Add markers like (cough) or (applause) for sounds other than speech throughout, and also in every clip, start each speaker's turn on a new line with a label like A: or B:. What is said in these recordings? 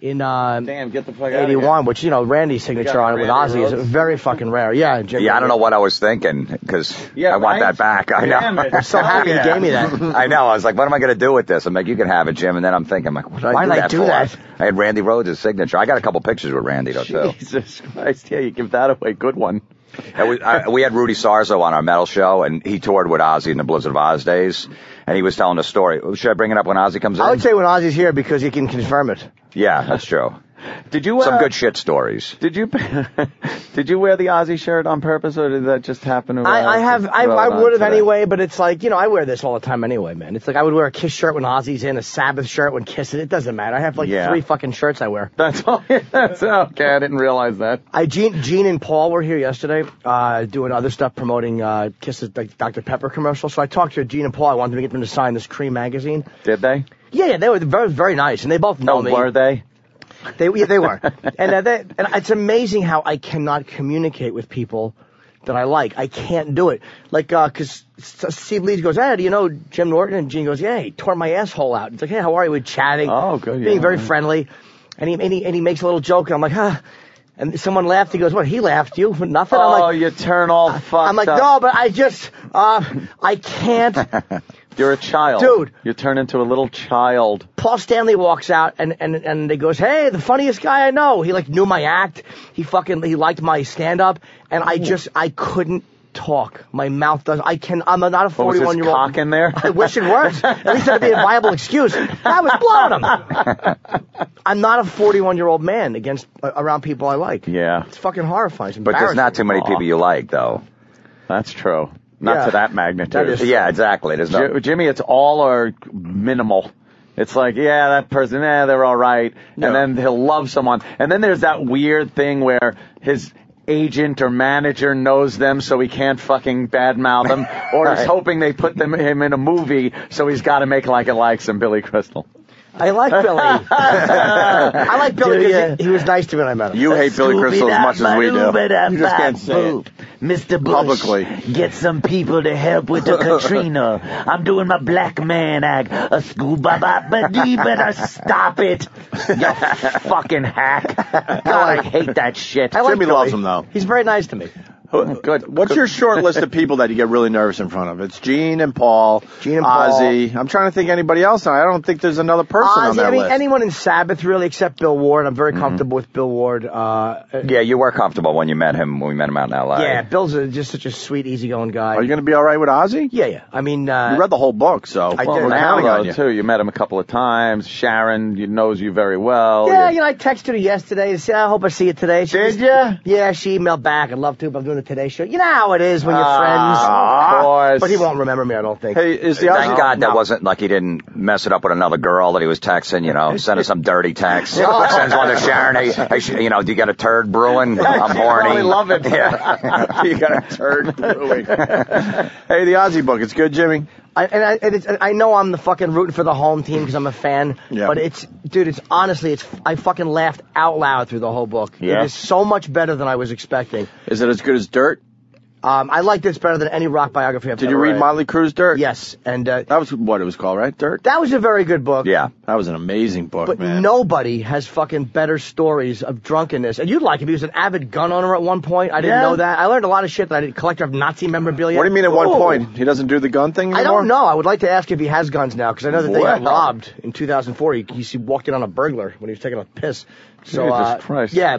A: in um,
B: Damn, get the fuck out of here.
A: '81, which you know Randy's signature on it with
B: Randy
A: Ozzy is
B: Rhoads.
A: very fucking rare. Yeah, Jim
C: Yeah, I don't know what I was thinking because
B: Yeah,
C: I want
B: right?
C: that back. (laughs) I know.
B: Damn it. I'm
A: So happy
B: Yeah.
A: he gave me that.
C: (laughs) I know. I was like, what am I going to do with this? I'm like, you can have it, Jim. And then I'm thinking, like, what did I
A: Why
C: do
A: did I
C: that
A: do
C: for?
A: that?
C: I had Randy Rhodes' signature. I got a couple pictures with Randy, though, too.
B: Jesus Christ! Yeah, you give that away. Good one.
C: And we, I, we had Rudy Sarzo on our metal show, and he toured with Ozzy in the Blizzard of Oz days. And he was telling a story. Should I bring it up when Ozzy comes in?
A: I would say when Ozzy's here because he can confirm it.
C: yeah, that's true.
B: Did you uh,
C: Some good shit stories.
B: Did you (laughs) did you wear the Ozzy shirt on purpose, or did that just happen? To, uh,
A: I, I have, I,
B: roll
A: I
B: on
A: would have
B: today?
A: anyway, but it's like, you know, I wear this all the time anyway, man. It's like I would wear a Kiss shirt when Ozzy's in, a Sabbath shirt when Kiss is. It doesn't matter. I have like
B: Yeah.
A: three fucking shirts I wear.
B: That's all. (laughs) That's okay. I didn't realize that.
A: I Gene, Gene and Paul were here yesterday, uh, doing other stuff promoting uh, Kiss's like, Dr Pepper commercial. So I talked to Gene and Paul. I wanted to get them to sign this Cream magazine.
B: Did they?
A: Yeah, yeah, they were very, very nice, and they both know
B: oh,
A: me.
B: were they?
A: They, yeah, they
B: (laughs)
A: were. and, uh, they, and it's amazing how I cannot communicate with people that I like. I can't do it. Like, uh 'cause S Steve Leeds goes, hey, do you know Jim Norton? And Gene goes, yeah, he tore my asshole out. It's like, hey, how are you? We're chatting.
B: Oh, good,
A: Being
B: yeah,
A: very
B: right.
A: friendly. And he, and he, and he makes a little joke, and I'm like, huh. And someone laughed. He goes, what, he laughed? You? Nothing? I'm
B: oh,
A: like,
B: you turn all fucked
A: I'm like,
B: up.
A: no, but I just, uh, I can't.
B: You're a child,
A: Dude.
B: You turn into a little child.
A: Paul Stanley walks out and and and he goes, "Hey, the funniest guy I know." He like knew my act. He fucking he liked my stand up, and I just I couldn't talk. My mouth does. I can. I'm not a
B: What was
A: 41
B: his
A: year old.
B: cock in there?
A: (laughs) I wish it worked. At least that'd be a viable excuse. I was blowing him. I'm not a 41 year old man against uh, around people I like.
B: yeah,
A: It's fucking horrifying. It's
C: But there's not
A: embarrassing.
C: too many people you like, though.
B: that's true. Not
A: Yeah.
B: to that magnitude.
A: That is-
C: Yeah, exactly. There's no.
B: J- Jimmy, it's all or minimal. It's like, yeah, that person, eh, they're all right.
A: No.
B: And then he'll love someone. And then there's that weird thing where his agent or manager knows them so he can't fucking badmouth
C: (laughs)
B: them or he's
C: Right.
B: hoping they put them him in a movie so he's got to make like it like some Billy Crystal.
A: I like Billy. I like Billy because he, he was nice to me when I met him.
C: You hate Billy Crystal as much as we do. You just can't say it.
D: Mr. Bush,
C: Publicly.
D: get some people to help with the
C: (laughs)
D: Katrina. I'm doing my black man act. A scuba bop, but you better stop it.
C: (laughs)
D: You fucking hack. God, I hate that shit.
A: I like
E: Jimmy
A: Billy.
E: loves him, though.
A: He's very nice to me.
B: Good.
E: Oh, What's your short list of people that you get really nervous in front of? It's Gene and Paul,
A: Gene and
E: Ozzy. I'm trying to think anybody else, and I don't think there's another person on
A: Ozzy,
E: that
A: Ah, I mean,
E: list. Mm-hmm.
A: anyone in Sabbath really, except Bill Ward. I'm very comfortable with Bill Ward. Uh,
C: Yeah, you were comfortable when you met him when we met him out in L.A.
A: yeah, Bill's a, just such a sweet, easygoing guy.
E: Are you going to be all right with Ozzy?
A: yeah, yeah. I mean, uh,
E: You read the whole book, so
A: I
B: Well,
A: did.
E: we're
B: now
E: counting on
B: though
E: you.
B: too, you met him a couple of times. Sharon you- knows you very well.
A: yeah, you know, I texted her yesterday and said, I hope I see you today. She just-
B: Did ya?
A: Yeah, she emailed back. I'd love to, but I'm doing the Today Show. You know how it is when you're
B: Ah,
A: friends.
B: of course.
A: But he won't remember me, I don't think.
E: Hey, is the
C: Thank
E: Ozzy?
C: God that wasn't like he didn't mess it up with another girl that he was texting, you know, sending some dirty text. Sends one to Sharon, hey, hey, sh- you know, do you got a turd brewing? I'm horny.
B: probably love
E: (laughs)
B: it.
C: Yeah.
E: you got a turd brewing. hey, the Ozzy book. It's good, Jimmy.
A: I, and I, and it's, and I know I'm the fucking rooting for the home team because I'm a fan.
E: Yeah.
A: But it's, dude, it's honestly, it's I fucking laughed out loud through the whole book.
B: Yeah.
A: It is so much better than I was expecting.
E: Is it as good as Dirt?
A: Um, I like this better than any rock biography I've
E: Did
A: ever
E: you read Motley Crue's Dirt?
A: Yes, and uh,
E: That was what it was called, right? Dirt.
A: that was a very good book.
C: yeah.
E: That was an amazing book,
A: But
E: man.
A: nobody has fucking better stories of drunkenness. And you'd like him. He was an avid gun owner at one point. I didn't
E: Yeah.
A: know that. I learned a lot of shit that I didn't. Collector of Nazi memorabilia.
E: What do you mean at one
A: Ooh.
E: point he doesn't do the gun thing anymore?
A: Oh. I don't know. I would like to ask if he has guns now because I know that they got
E: Wow.
A: robbed in 2004. He, he walked in on a burglar when he was taking a piss. So
B: Jesus
A: uh,
B: Christ.
A: yeah,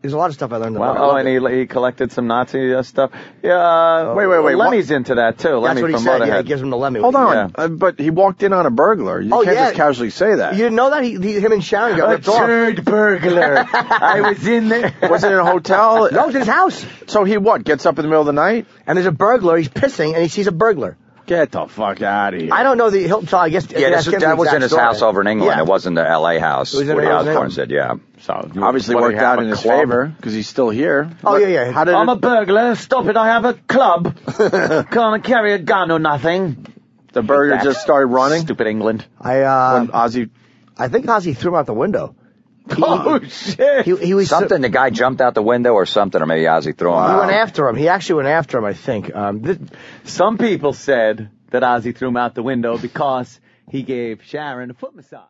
A: there's a lot of stuff I learned.
B: Wow.
A: about
B: Oh,
A: it.
B: and he, he collected some Nazi uh, stuff. Yeah. Uh,
E: Wait, wait, wait,
B: Lemmy's into that too.
A: that's
B: Lemmy
A: what he
B: from
A: said. Yeah,
B: Motorhead.
A: he gives him the Lemmy.
E: Hold on,
B: Yeah.
E: uh, but he walked in on a burglar. You
A: Oh,
E: can't
A: yeah.
E: just casually say that.
A: You didn't know that he, he him and Sharon got ripped
E: (laughs)
A: off.
B: burglar. I was in there.
E: was it in a hotel?
A: (laughs) No, it's in his house.
E: So he what? Gets up in the middle of the night?
A: And there's a burglar. He's pissing and he sees a burglar.
E: Get the fuck out of here.
A: I don't know the Hilton. So I guess
C: Yeah, this, that was in his house over in England.
A: Yeah.
C: It wasn't the L.A. house.
A: was in
C: Woody
A: L.A.
C: Osborne said, yeah.
B: So
E: Obviously worked out in his favor because he's still here.
A: Oh,
E: What-
A: yeah, yeah.
E: How did
B: I'm a
E: it,
B: burglar. Stop it! I have
E: (laughs)
B: a club. Can't carry a gun or nothing.
E: the burger just started running? (laughs)
B: Stupid England.
A: I uh,
E: When Ozzy,
A: I think Ozzy threw him out the window. He-
B: (laughs) Oh shit!
A: he, he was so-
C: Something, the guy jumped out the window or something, or maybe Ozzy threw him
A: he
C: out.
A: went
E: Uh,
A: after him. He actually went after him. I think. Um, this,
B: Some people said that Ozzy threw him out the window because he gave Sharon a foot massage.